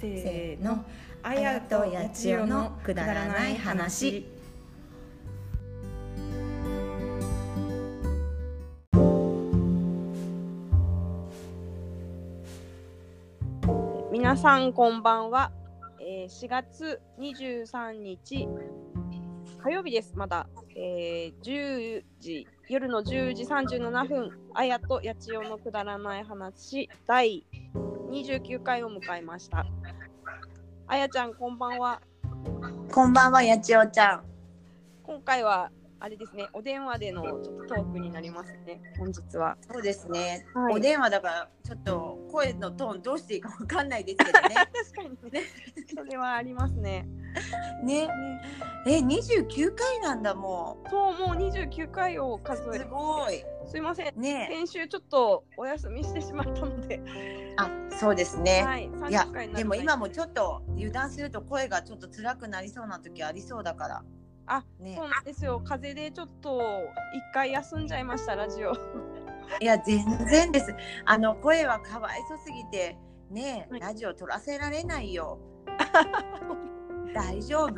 せせーーののあやとやちよのくだらない話皆さんこんばんは、えー、4月23日火曜日ですまだ、えー、10時夜の10時37分あやと八千代のくだらない話第29回を迎えましたあやちゃんこんばんはこんばんはやちおちゃん今回はあれですねお電話でのちょっとトークになりますね本日はそうですね、はいお電話だからちょっと声のトーンどうしていいかわかんないですけど確ねかにねそれはありますね ねえ29回なんだもそうもう29回を数うえすごいすいませんね先週ちょっとお休みしてしまったので、あそうですね、はい、いや30回になでも今ももちょっと油断すると声がちょっと辛くなりそうな時ありそうだからあねそうなんですよ、風邪でちょっと一回休んじゃいました、ラジオ。 いや全然ですあの声はかわいそすぎてねえはいラジオ撮らせられない よ大丈夫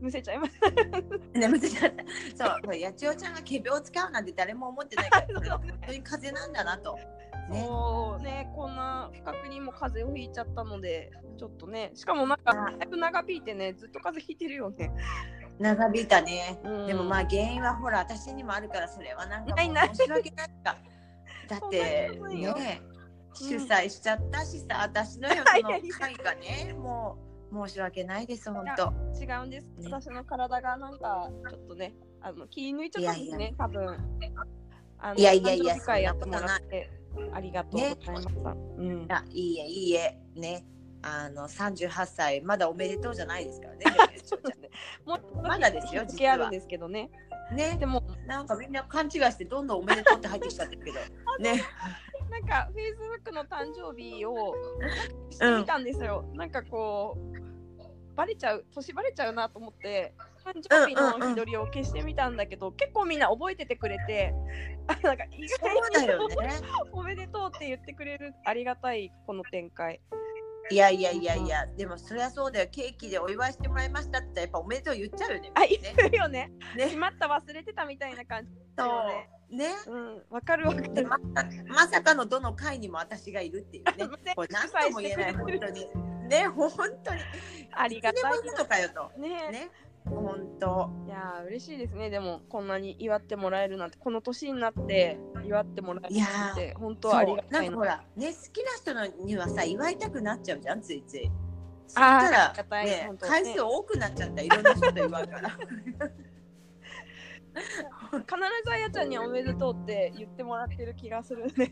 むせちゃいまし 眠っちゃったそうこれ八千代ちゃんが仮病を使うなんて誰も思ってな いから これはそうね本当に風邪なんだなとた。ねそうね、こんな不覚にも風邪をひいちゃったので、ちょっとね、しかもなんか、だいぶ長引いてね、ずっと風邪ひいてるよね。長引いたねうんでもまあ原因はほら私にもあるからそれはなんかないもうない申し訳ないかだってそんなことないよねうん主催しちゃったしさ私の よいやいそのや会がねもう申し訳ないです本い当違うんです、ね私の体がなんか、ちょっとね、あの気抜いちゃったんですね、いや多分あのいやいやい誕や生日会やってもらって、ありがとうございました。うんあいいえいいえねあの38歳まだおめでとうじゃないですか らねもうまだですよ付実きあるはんですけどね。ねでもなんかみんな勘違いしてどんどんおめでとうって入ってきちゃってるけ どねなんかフェイスブックの誕生日をしてみたんですよ、なんかこうバレちゃう年バレちゃうなと思って誕生日の日取りを消してみたんだけど、結構みんな覚えててくれてあなんか意そう外だによねおめでとうって言ってくれるありがたいこの展開いやいやいやいやでもそりゃそうだよケーキでお祝いしてもらいましたってやっぱおめでとう言っちゃうよねあ言ねってる よねしねまった忘れてたみたいな感じそようねうんわかるわかでる まさまさかのどの会にも私がいるっていうねこれ何とも言えない主本催して当にね本当にありがたいいつでもいいのかよとねね本当いやー嬉しいですねでもこんなに祝ってもらえるなんてこの年になって祝ってもらえるなんて本当ありがそうなたいんかなほらね好きな人のにはさ祝いたくなっちゃうじゃんついついそあーあしたりがらたいね本当ね回数多くなっちゃったいろんな人と祝うから 必ずあやちゃんにはおめでとうって言ってもらってる気がするね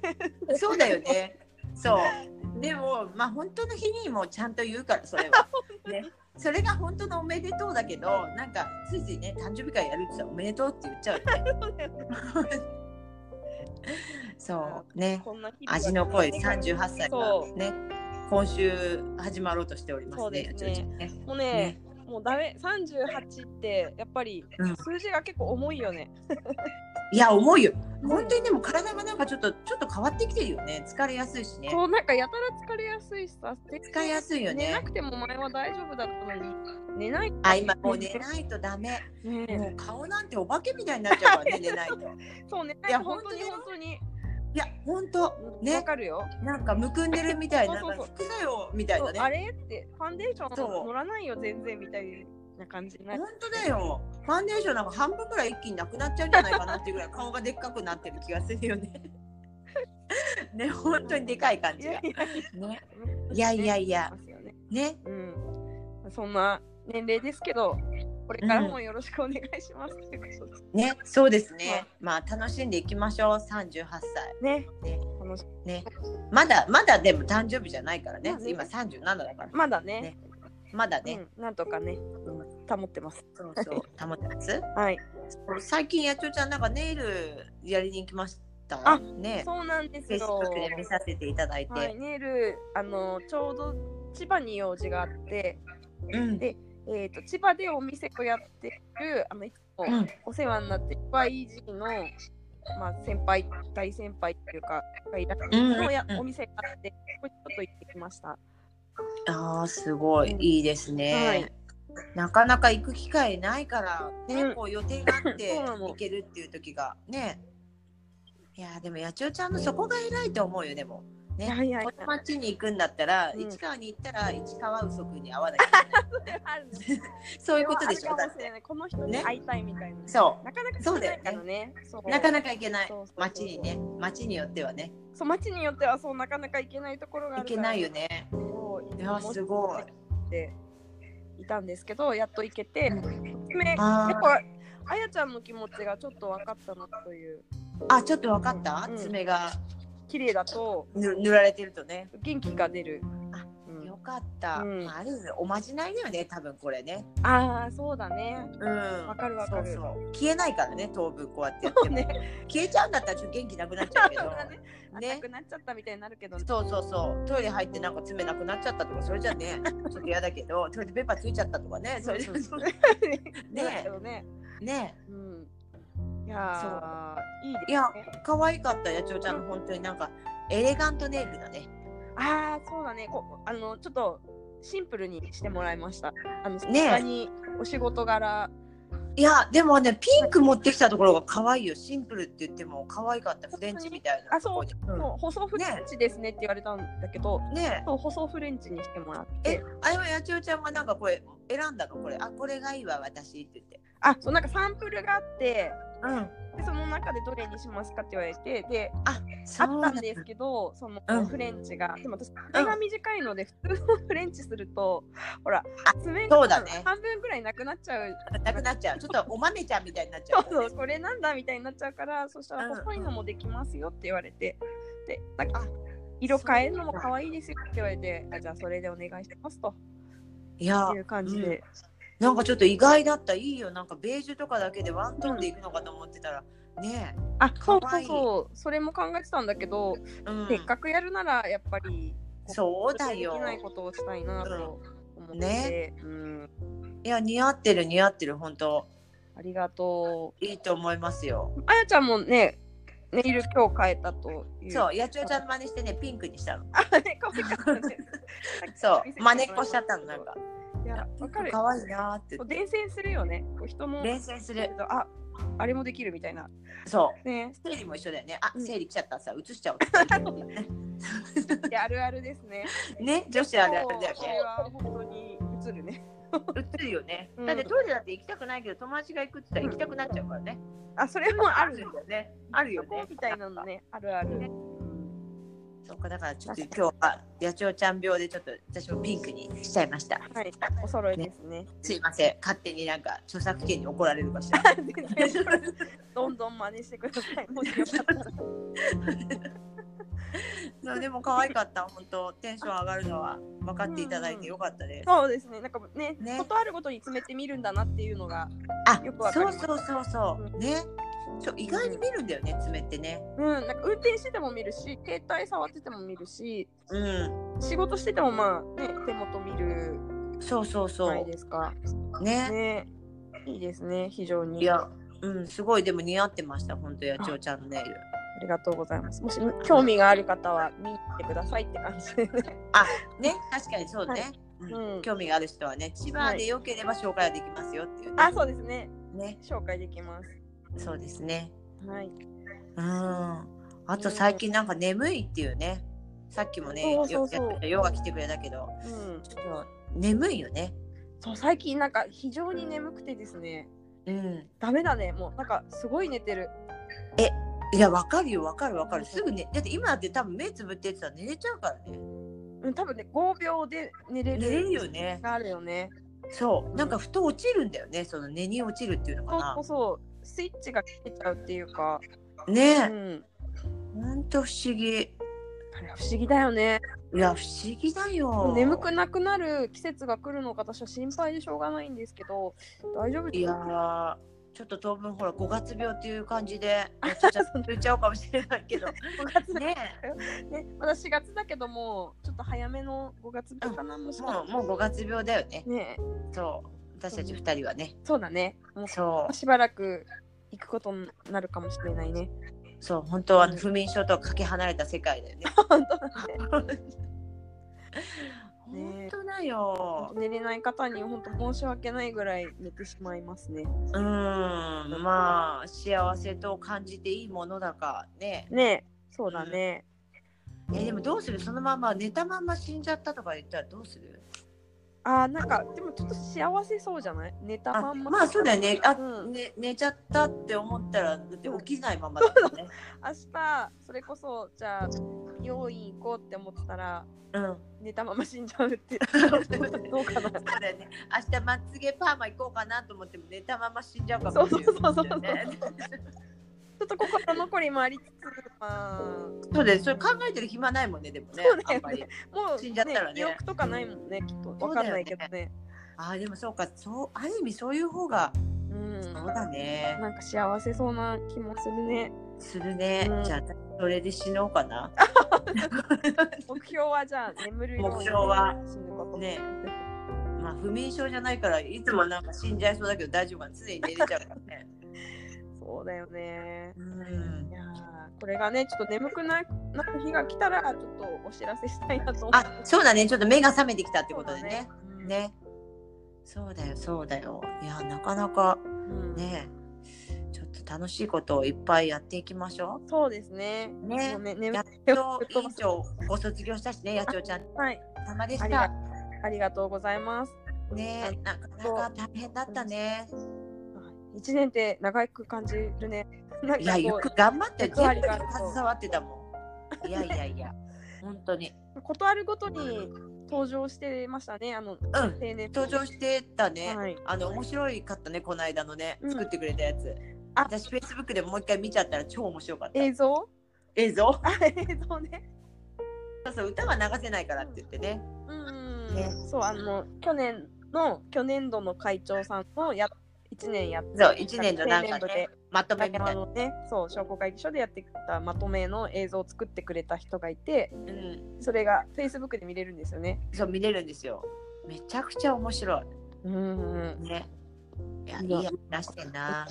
そうだよねそうでもまあ本当の日にもちゃんと言うからそれ はねそれが本当のおめでとうだけどなんかついついね誕生日会やるって言ったらおめでとうって言っちゃうよねそうね こんな日々味の濃い38歳そがね今週始まろうとしておりまそうすねですねやちょいちょいねもうねもうダメ38ってやっぱりうん数字が結構重いよね、いや重いよ本当にでも体がなんかちょっとちょっと変わってきてるよね疲れやすいしねそうなんかやたら疲れやすいしさ疲れやすいよ寝なねくても前は大丈夫だったのに寝ないあ今もう寝ないとダメねもう顔なんてお化けみたいになっちゃうからね寝ない とそう寝ないいやと本当に本本当にいや本当ねわねかるよなんかむくんでるみたいなそうそうそうなんか副作用みたいそうなあれねってファンデーショそうン乗らないよ全然みたいな感じにな本る当だよファンデーションなんか半分ぐらい一気になくなっちゃうんじゃないかなっていうぐらい顔がでっかくなってる気がするよね ね本当にでかい感じがいやねいやいやいやますよねねうんそんな年齢ですけどこれからもよろしくお願いします、ってことですねそうですねまあ楽しんでいきましょう38歳ねね楽しねまだまだでも誕生日じゃないからねまあね今37だからまだねねまだね、うん、なんとかね保ってますそうそう保ってますはい最近やちょちゃんなんかネイルやりに行きましたあねそうなんですフェイスブよックで見させていただいて、はいネイルあのちょうど千葉に用事があってうんでえー、と千葉でお店をやってるあのいつもうんお世話になってる YG の、まあ、先輩大先輩っていうかがいらっしゃるのや、うんうんうんお店があってそこにちょっと行ってきましたああすごい、うんいいですね、はいなかなか行く機会ないから、ねうんこう予定があっ てそうなの行けるっていう時がねいやーでも八千代ちゃんのそこが偉いと思うよでもねいやいやいこやの町に行くんだったら、うん市川に行ったら市川右足に 会わなきゃいけないあるそういうことでしょあだるかもしってれないこの人にね会いたいみたいな。そなかなかそ少うだなよいねからね。そううなかなか行けないそうそうそう町にね町によってはねそう町によってはそうなかなか行けないところがあるか行けら。ないよねそう。いやーすごいっていたんですけどやっと行けて。めやっあーぱあやちゃんの気持ちがちょっと分かったなというあちょっと分かった、うん爪が綺麗だとぬ塗られてるとね元気が出る。あうんよかった、うんまあ、ある意味おまじないだよね多分これねああそうだね。うんわかるわかるそうそう消えないからね当分こうや ってやっても、ね消えちゃうんだったらちょっと元気なくなっちゃうけどそうだねなねくなっちゃったみたいになるけどね。そうそうそうトイレ入ってなんか爪なくなっちゃったとかそれじゃねちょっと嫌だけどトイレットペーパーついちゃったとか ねそれじゃ そうだけねどね。ねうん。いやーいいですね。いや可愛かった八千代ちゃんの本当になんかエレガントネイルだねああそうだねこあのちょっとシンプルにしてもらいましたあのねえ他にお仕事柄いやでもねピンク持ってきたところが可愛いよシンプルって言っても可愛かったフレンチみたいなあそう,、そう細フレンチですねって言われたんだけど、うんねそう細フレンチにしてもらってええあれは八千代ちゃんがなんかこれ選んだのこれあこれがいいわ私って言ってあそうなんかサンプルがあってうんでその中でどれにしますかって言われてであそったうなんんだですけどその、うんフレンチがでも私爪が短いので普通のフレンチするとほらあ爪そうがだね半分ぐらいなくなっちゃうなくなっちゃう。ちょっとお豆ちゃんみたいになっちゃそうう。そう、これなんだみたいになっちゃうから、そしたらうんうん細いのもできますよって言われて、で、なんかあ色変えるのも可愛いですよって言われて、あじゃあそれでお願いしますといやいう感じで、なんかちょっと意外だった。いいよ。なんかベージュとかだけでワントーンでいくのかと思ってたら。ねあ、そう可そ愛ういそう、それも考えてたんだけど、え。うんせっかくやるならやっぱり、そうだよできないことをしたいなと思って、うんねうん、いや、似合ってる似合ってる。本当ありがといいと思いますよ。う。あやちゃんもね、ネイル今日変えたという。そう、八千代ちゃんの真似してね、ピンクにしたの。あ、ね、可愛かったね。 そう、真似っこしちゃったの、なんか。いや、わかる。可愛いなーってこ言うって。伝染するよね。こう人の連戦する。ああれもできるみたいな。そう。ね。生理も一緒だよね。あ、うん生理来ちゃったさ、移しちゃおうって いやあるあるですね。ね、女子あるあるだよそうこれね。は本当に映るね。移るよねう。んだってトイレだって行きたくないけど、友達が行くって言ったら行きたくなっちゃうからね。あそれもああるる。よね。あるよ旅行ね。みたいなの。ねあるある。そうかだからちょっと今日は八千代ちゃん病でちょっと私もピンクにしちゃいました。はい。お揃いですね。すいません。勝手になんか著作権に怒られるかしら。 全然どんどん真似してください。もしよかったら。 そうでも可愛かった。本当テンション上がるのは分かっていただいてよかったです。そうですね。なんかね、ねことあるごとに詰めてみるんだなっていうのが、あよくわ、かりそまうすそうそうそう。ね。そう意外に見るんだよね爪ってね。うん、なんか運転してても見るし、携帯触ってても見るし、うん。仕事しててもまあね手元見るそうそうじゃそ。ないうですか。ね。ね。いいですね。非常に。いや。うん、すごいでも似合ってました本当八千代ちゃんのネイルありがとうございます。もし興味がある方は見に行ってくださいって感じで、 ね。ね確かにそうね、いうん興味がある人はね千葉でよければ紹介はできますよっていうね、あ、そうですね。ね紹介できます。そうですね。はい。うん。あと最近なんか眠いっていうね。さっきもね、そようそうそうやってたヨガ来てくれたけど、うん。ちょっと眠いよね。そう最近なんか非常に眠くてですね。うん。ダメだね。もうなんかすごい寝てる。いや、わかるよ、わかるわかる。すぐね、だって今だって多分目つぶってやってたら寝れちゃうからね。うん、多分ね5秒で寝れる。寝れるよね。があるよね。そう。なんかふと落ちるんだよね。その寝に落ちるっていうのそかうそうそう。スイッチが切れちゃうっていうか。な。うねん。え。ほんと不思議。いあれ不思議だよね。や、不思議だよ。眠くなくなる季節が来るのか私は心配でしょうがないんですけど、大丈夫いですやかーちょっと当分ほら、五月病っていう感じで、 やっちゃっちゃ言っちゃうかもしれないけど。 5月ねえ。ね、まだ4月だけども、ちょっと早めの5月分かな、もしかもうもう5月病だよね。ねそう。私たち2人はね。そうだね。もそうう。しばらく行くことになるかもしれないね。そう。本当は あの不眠症とはかけ離れた世界だよね。本当だね。本当だよ。寝れない方に本当申し訳ないぐらい寝てしまいますね。うーん、まあ幸せと感じていいものだかね。ねえ、そうだね。えでもどうするそのまま寝たまんま死んじゃったとか言ったらどうする？あーなんかでもちょっと幸せそうじゃない寝たまあんま。まあそうだよね。あ、うんね寝ちゃったって思ったらだって起きないままだよね。明日それこそじゃあ病院行こうって思ってたらうん。寝たまま死んじゃうってど うかな。そうだよね。明日まつげパーマ行こうかなと思っても寝たまま死んじゃうかそもうしれそうない。そうそうそう。ちょねっと心残りもありつつ、まあ、そうだよ。それ考えてる暇ないもんねでもね。そうだよねあんまり。もう、死んじゃったら記ね憶とかないもんね、きっと。わかんないけどね。あーでもそうか。そうある意味そういう方がうん。そうだね。なんか幸せそうな気もするね。するね。うんじゃあそれで死のうかな。目標はじゃあ眠るように目標は死ぬこと。ねまあ不眠症じゃないからいつもなんか死んじゃいそうだけど大丈夫かな常に寝れちゃうからね。 そうだよね。うんい。やーこれがね、ちょっと眠くななる日が来たら、ちょっとお知らせしたいなと思あそうだねちょっと目が覚めてきたってことでね。う。ね。そうだよそうだよ。いやなかなかうんねちょっと楽しいことをいっぱいやっていきましょそうですね。ねもうね眠やっ気う。をと院長ご卒業したしね野鳥ちゃんはい。様であしりがた。ありがとうございます。ねなかなか大変だったね。はい一年って長く感じるね。 なんいやかよこく頑張って役割全部があにると携わってたもん。いやいやいや、本当に。う、断るごとに登場してましたね。あの、うん、定年登場してたね。はいあの面白いかったね、この間のね、うん作ってくれたやつ。あ私、フェイスブックでもう一回見ちゃったら超面白かった。映像 映像あ映像ね。そうそう、歌は流せないからって言ってね。うん、ねそう、あの、去年の、去年度の会長さんのや、一年やってそう、1年のなん定か年度でね、まとめみたあいな。のね、そう、商工会議所でやってきたまとめの映像を作ってくれた人がいて、うん、それが Facebook で見れるんですよね。そう、見れるんですよ。めちゃくちゃ面白うんい。、ね。いや、いいいやや、出してんな。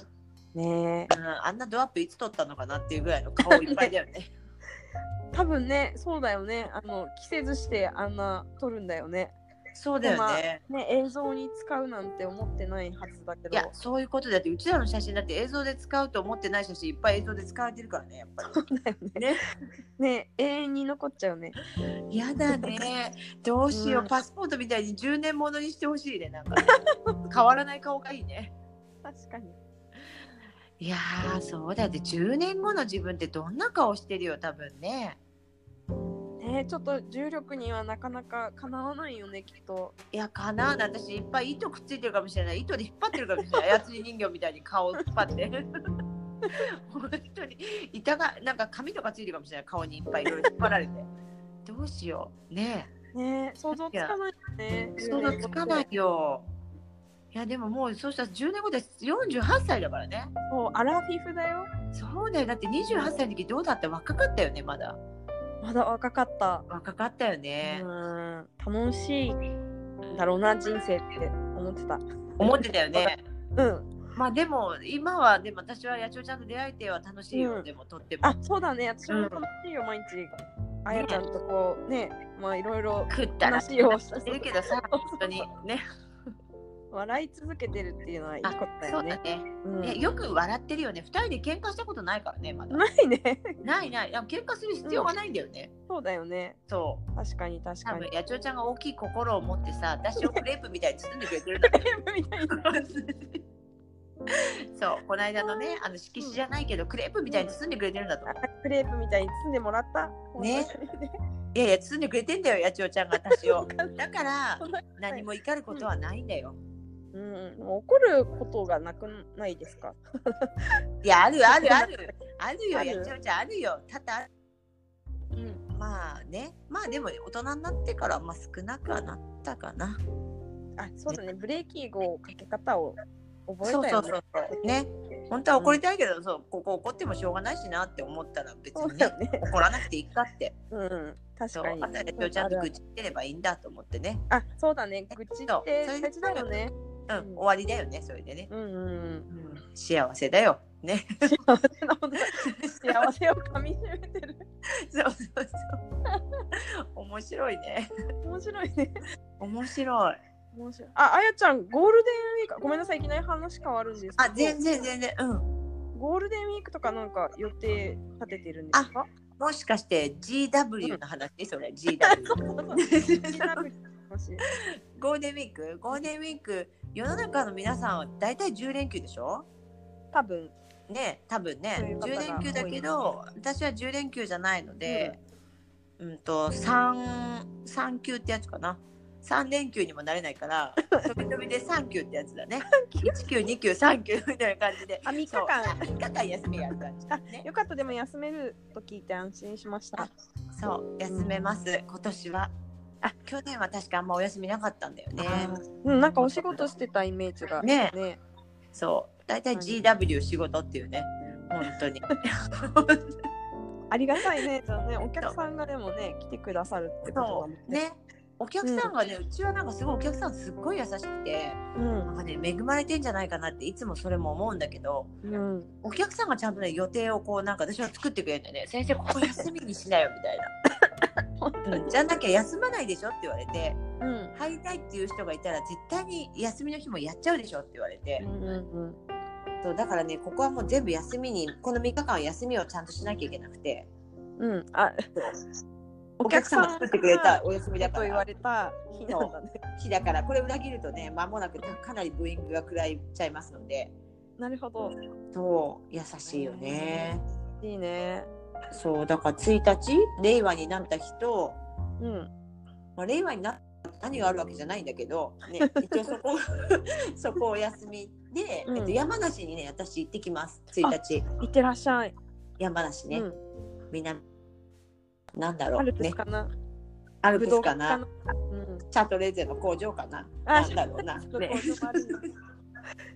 ねえうん、あんなドアップいつ撮ったのかなっていうぐらいの顔いっぱいだよね。 多分ね、そうだよね。あの、着せずしてあんな撮るんだよね。そうだよね。ね、映像に使うなんて思ってないはずだけいど。やそういうことだってうちらの写真だって映像で使うと思ってない写真いっぱい映像で使われてるからねやっぱだよ ね。りねね、永遠に残っちゃうね。やだねどうしよう、うんパスポートみたいに10年ものにしてほしいねなん か変わらない顔がいいね確かに。いやーそうだよって10年後の自分ってどんな顔してるよ多分ねね、ちょっと重力にはなかなかかなわないよね、きっと。いやかなわない私いっぱい糸くっついてるかもしれない糸で引っ張ってるかもし れない操り人形みたいに顔を引っ張って本当に板がなんか紙とかついてるかもしれない顔にいっぱいいろいろ引っ張られてどうしようねえね、想像つかないよね。想像つかない。よ。いやでももうそうしたら10年後で48歳だからね。そう、アラフィフだよ。そうだよ。だって28歳の時どうだった若かったよね、まだ。まだ若かった。若かったようね。ん、楽しいんだろうな、人生って思ってた。思ってたよね。うん。まあでも今は、でも私は野鳥ちゃんと出会えては楽しいよ、うんでもとってもあ。、そうだね。私も楽しいよ、毎日。あやちゃんとこう、ね、まあいろいろ食ったら話をししてるけどさ、本当にね。笑い続けてるっていうのはいいことだそようだね。ね。うんねよく笑ってるよね。二人で喧嘩したことないからね、まだ。ないね。ないない。いや喧嘩する必要がないんだよね。そうだよね。そう。確かに確多かに分。野鳥ちゃんが大きい心を持ってさ私をクレープみたいに包んでくれてるんだ みたいな。そうこの間のねあの色紙じゃないけどクレープみたいに包んでくれてるんだと思うクレープみたいに包んでもらった。ねいやいや包んでくれてんだよ野鳥ちゃんが 私をだから何も怒ることはないんだようん、もう怒ることがなくないですか。いやあるあるあるああるよる野鳥ちゃんあるよただうん。まあねまあでも大人になってからまあ少なくはなったかなあ、そうだね。ブレーキ号かけ方を覚えそうたそようね。そうそうね本当は怒りたいけど、そうここ怒ってもしょうがないしなって思ったら別にだねよね。怒らなくていいかってうん。確そうかに。あとはねちゃんと愚痴ってればいいんだと思ってね、あ、そうだね。愚痴ってそう大事だよね。うん、うん終わりだよね、それでね。うんうん。幸せだよ。ね。 幸せなこと。幸せを噛み締めてる。そうそうそう。面白いね。面白いね。面白い。面白い。あ、あやちゃん、ゴールデンウィーク、ごめんなさい、いきなり話変わるんですけど。あ、全然全然。うん。ゴールデンウィークとかなんか予定立ててるんですかもしかして GW の話、それ、GW。ゴー ルデンウィークゴールデンウィーク、世の中の皆さんは大体10連休でしょ多分。ね多分そういねう方が10連休だけど私は10連休じゃないので、うん、と 3, 3休ってやつかな3連休にもなれないから 飛び飛びで3休ってやつだね1休2休3休みたいな感じであ、3日そう間。 3日間休みやる感じだねよかった、でも休めると聞いて安心しました。そう休めます今年はあ去年は確かあんまお休みなかったんだよねうん、なんかお仕事してたイメージが。ねね。そう大体 GW 仕事っていうね本当 にありがたいね。じ ゃあね、お客さんがでも ね、来てくださるってことだもそんね。うねお客さんがね、うちはなんかすごいお客さんすっごい優しくてなんかね恵まれてんじゃないかなっていつもそれも思うんだけどうん。うん。お客さんがちゃんとね予定をこうなんか私は作ってくれるんだよね先生ここ休みにしなよみたい本当 な、うん、じゃなきゃ休まないでしょって言われてうん。入りたいっていう人がいたら絶対に休みの日もやっちゃうでしょって言われて、うんうんそうだからねここはもう全部休みにこの3日間は休みをちゃんとしなきゃいけなくてうん。うん。あ、 お客さんが作ってくれたお休みだとか言わられた日なんだね。日だからこれ裏切るとね間もなくかなりブーイングが食らいちゃいますので なるほど。そう優しいよねいいね。そうだから1日令和になった日と、うん。まあ、令和になった何があるわけじゃないんだけど、ね、一応そこ そこお休みで、うんえっと、山梨にね私行ってきます1日いってらっしゃい。山梨ね、うん。南なんだろアうルプねスかな。アルプスブドかウなうん。シャトレーゼの工場かな。あなんだろうな。ブドウね、のあるんだ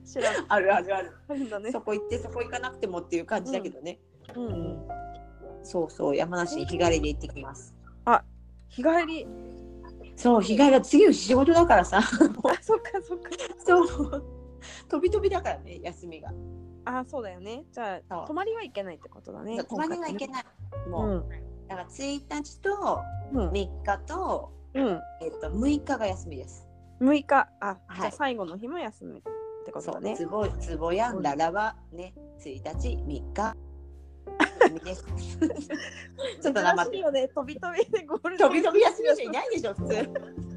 知らあるあるある。ないんだねそ。こ行ってそこ行かなくてもっていう感じだけどね。う。うんんそうそう山梨に日帰りで行ってきます。日帰り。そう日帰りは次仕事だからさ。あ、そっかそっか。 そう。飛び飛びだからね休みが。あ、そうだよね。じゃそあう泊まりはいけないってことだね。泊まりはいけい。ない。うもう、ん。だから1日とうん。 3日とうん。えっと6日が休みです。 6日。あ、いじゃあ最後の日も休むってことそだうね。ね。つぼつぼやんだらはね1日3日。 休みです。 ちょっとなまっ珍てしい。よね。飛び飛びでゴールデン飛び飛び休みの人いないでしょ普通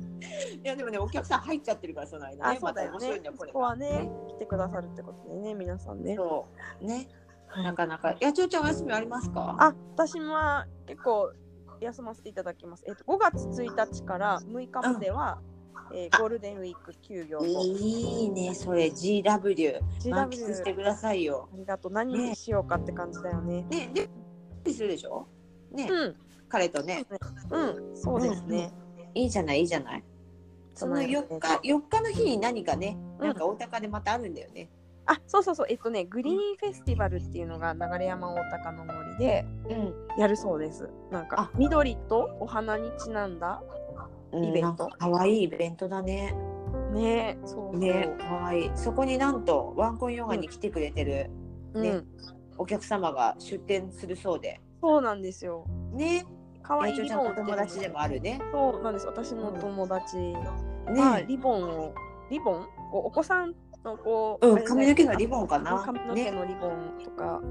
いやでもねお客さん入っちゃってるからその間あ、ねそまうだたよ面白いねんだよ。こそれこはね、来てくださるってことでね、皆さんね。そうねなかなかいやちょうちゃんお休みありますかあ、私は結構休ませていただきます。えっと、5月1日から6日までは、えーゴールデンウィーク休業と。いいねそれ GW 満喫して GW くださいよありがとう。何にしようかって感じだよね。ねででするでしょね、うん、彼とねうん、そうですね。いいじゃないいいじゃないそのそうなんです4ね日4日の日に何かねうんなんか大高でまたあるんだよねあ、そうそうそう。えっとね、グリーンフェスティバルっていうのが流山大高の森でうんやるそうです。なんかあ緑とお花にちなんだ。イベントなんか可愛いイベントだねね、そうそう。ね可愛いそこになんとワンコンヨガに来てくれてる、ねうん、お客様が出店するそうで。そうなんですよ。ね、可愛いちょリちゃんボンのをお友達でもあるね。そうなんです。私の友達がね、リボンを、リボンこうお子さんのこう、うん、髪の毛のリボンかボな。髪の毛ね、のリボンとか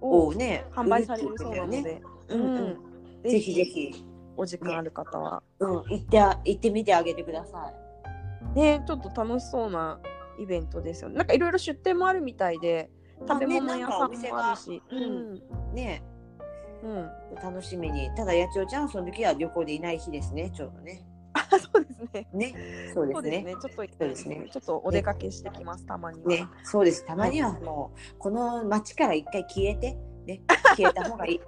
ををね、販売されるそうなの売っで、てるんだよね。うん、うん、ぜひぜひ、お時間ある方は。うん、行ってあ行ってみてあげてください。ね、ちょっと楽しそうなイベントですよね。なんかいろいろ出店もあるみたいで、食べ物屋さんもあるし。あねなんね、うんうん楽しみに。ただ八千代ちゃんはその時は旅行でいない日ですね、ちょうどね。あ、そうですね。ね、そうでそうすですね。ね。ちょっと、そうですねちょっとお出かけしてきます。たまには。ね、そうです。たまにはもうこの街から一回消えて。ね、消えた方 がい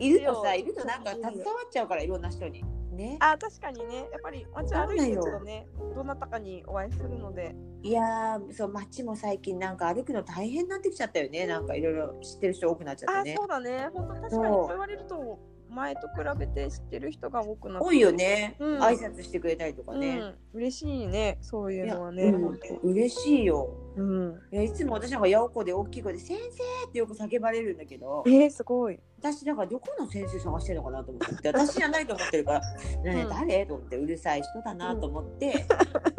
い。いるとさ、いるとなんか携わっちゃうから、いろんな人に。ね。あ確かにねやっぱり街歩いてるとねどなたかにお会いするのでいやー、そう、街も最近なんか歩くの大変になってきちゃったよね。なんかいろいろ知ってる人多くなっちゃっあたねそう。だね本当確かにそうそう言われると前と比べて知ってる人が多くなって多いよね、うん挨拶してくれたりとかうね、ん、嬉しいねそういうのはいね、やううんん嬉しいようん、いやいつも私なんか八百子で大きい声で「先生!」ってよく叫ばれるんだけどえー、すごい私だからどこの先生探してるのかなと思って私じゃないと思っ てるから「ねうん誰?」と思ってうるさい人だなと思 って、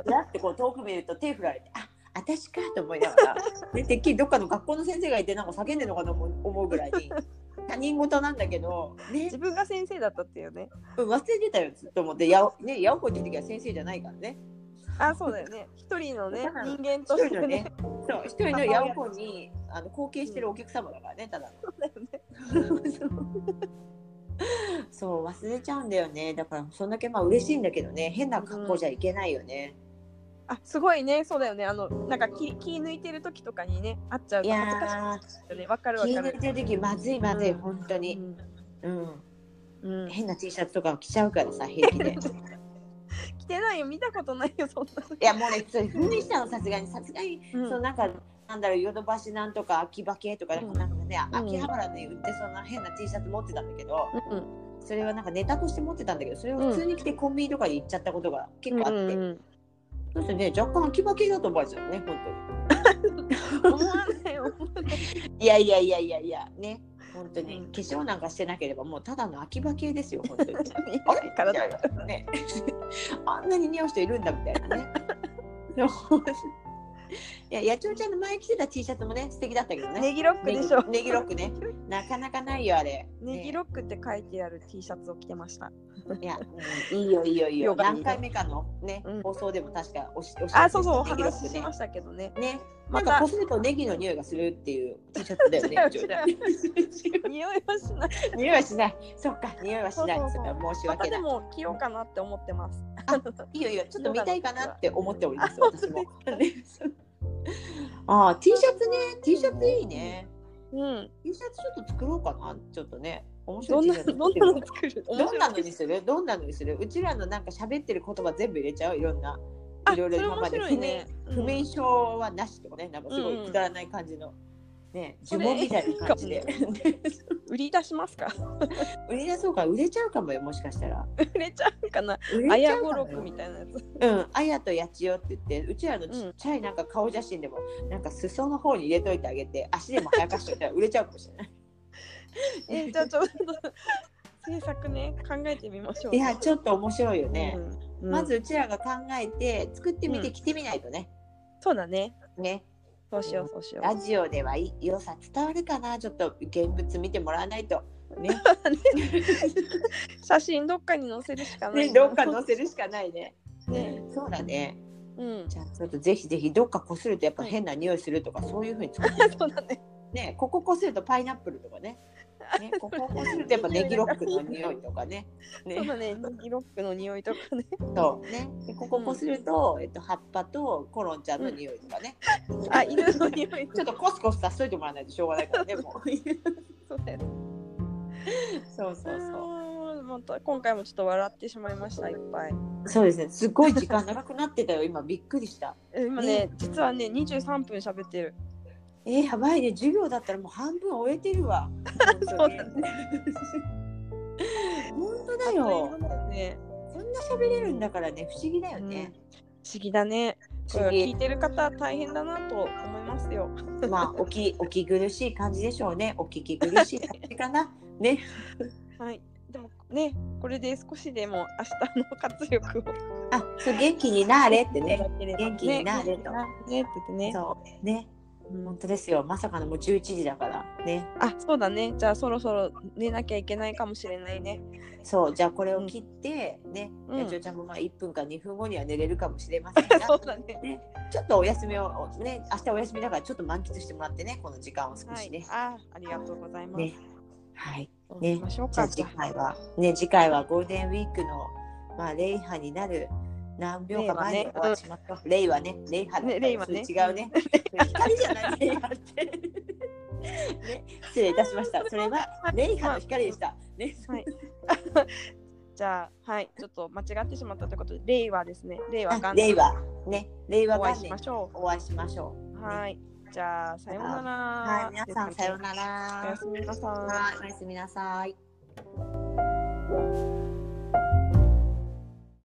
だってこう遠く見ると手振られて「あ私か」と思いながら、ね、てっきりどっかの学校の先生がいてなんか叫んでるのかなと思う思うぐらいに他人事なんだけど、ね 自、分が先生だったっていうねうん忘れてたよずっと思ってやお、ね、八百子っていう時は先生じゃないからね。あそうだよね一人のねだから人間一とし人てのねね、そう、一人の八百子に、あの、貢献してるお客様だからね、ただの。そうだよねそう、忘れちゃうんだよね。だから、そんだけ、まあ、嬉しいんだけどね、変な格好じゃいけないよね。あすごいねそうだよねあのなんか気気抜いてる時とかにね会っちゃういと恥ずかしいよやねわかるー、わ気か抜るいてる時、まずい、まずい、うん本当うに。んうん、うん、変な T シャツとかを着ちゃうからさ、平 気で。い着てないよ見たことないよそんな時や、もうね、それ、ふにしたの、さすがに、さすがに、うんその、なんか。なんだろうヨドバシなんとか秋葉系とかなんかね、ん秋葉原で売ってそんな変な T シャツ持ってたんだけど、うんそれはなんかネタとして持ってたんだけどそれを普通に着てコンビニとかに行っちゃったことが結構あって、うんうんそうするとね若干秋葉系だと思われちゃうね本うん思わない思わない当にいやいやいやいやいやね本当に、うん化粧なんかしてなければもうただの秋葉系です よ本当にあれみ体たいなね あんなに似合う人いるんだみたいな ねでもいや野鳥ちゃんの前着てた T シャツもね素敵だったけどねネギロックでしょネギロックねなかなかないよあれネギロロックって書いてある T シャツを着てました。ックいや、うんいいよいいよいいよよかった何回目かのね、うん放送でも確かおしおしあ、そうそう、おネギロッ話クしねしましたけどね。ね、なまんだかこするとネギの匂いがするっていう T シャツだよね。違う違う一応ね匂いはしない。 匂いはしない。そっか、匂いはしない。そうそそうそうれは申しまた訳でない。も着ようかなって思ってます。いいよいいよ、ちょっと見たいかなって思っております。私も。ね あー、T シャツね、T シャツいいね。うん。 T シャツちょっと作ろうかな。ちょっとね、面白どいん T なシャツどんなの作る？どんなのにする？どんなのにする？うちらのなんか喋ってる言葉全部入れちゃう。いろんな。あ、いそろいろれ今面まで白いね。不うん明症はなしとかね、なんかすごうんういんくだらない感じの。ね、そ呪れ文みたいな感じいでい。売り出しますか？ 売り出そうか売れちゃうかもよもしかしたら売れちゃうかな？売れあちゃやうごかろもくみよたいなやつ。うんあやとやちよって言ってうちらのちっちゃいなんか顔写真でも、なんか裾の方に入れといてあげて足でも早かしといたら売れちゃうかもしれないえ、じゃあちょっと制作ね考えてみましょう。いやちょっと面白いよねう、ん。うんまずうちらが考えて作ってみて着てみないとね、そうだね。ねそうしようそうしよラジオではい良さ伝わるかなちょっと現物見てもらわないとねう。写真どっかに載せるしかないねな。どっか載せるしかないねね。そうだね うん。じゃあちょっとぜひぜひどっかこするとやっぱ変な匂いするとかそういうふうに作っ てそうだね。ね、こここするとパイナップルとかね。ね、こここするとやっぱネギロックの匂いとかね。 そうね、だね。ニキロックの匂いとかね。 そうね。でこここすると、えっと葉っぱとコロンちゃんの匂いとかね。あ、犬の匂い。ちょっとコスコスさせといてもらわないとしょうがないからね、もう。そうだよね。そうそうそう。あーまた今回もちょっと笑ってしまいました。いっぱい。そうですね。すごい時間長くなってたよ。今びっくりした。え今ね、実はね、23分喋ってる。えー、やばいね。授業だったらもう半分終えてるわ。 そうだ 本当だあっとよいう。間だよね。こんな喋れるんだからね、不思議だよね。不思議だね。これは不思議聞いてる方大変だなと思いますよ。まあ、おき、おき苦しい感じでしょうね。お聞き苦しい感じかな。 ね。はい。でもね、これで少しでも明日の活力をいあ、そう、元気になれってたね。だければね。元気になれねと。ねって言ってね。そう、ね。うん本当ですよ。まさかのもう11時だから。ね。あ、そうだね。じゃあそろそろ寝なきゃいけないかもしれないね。そう、じゃあこれを切って、ね。うん野鳥ちゃんもまあ1分か2分後には寝れるかもしれませんが そうだね。ね、ちょっとお休みを、ね、明日お休みだからちょっと満喫してもらってね、この時間を少はしいね。。あ、ありがとうございます。ねはい。どうしましょうじか。ゃあ次回は、ね、次回はゴールデンウィークの、まあ、礼拝になる何秒か前に終わってしまった。礼はね、礼拝だね礼はねそれ違うね。光じゃない、礼拝って。ね、失礼いたしました。それは礼拝の光でした。ね、はいじゃあ、はい、ちょっと間違ってしまったということで、令和ですね。令和あ元礼年は、ね、令和お会い元し年ましょお会いしましょう。はい。じゃあ、さようなら。う。はい、皆さんさようなおやら。すみなさい。はい、おやすみなさい。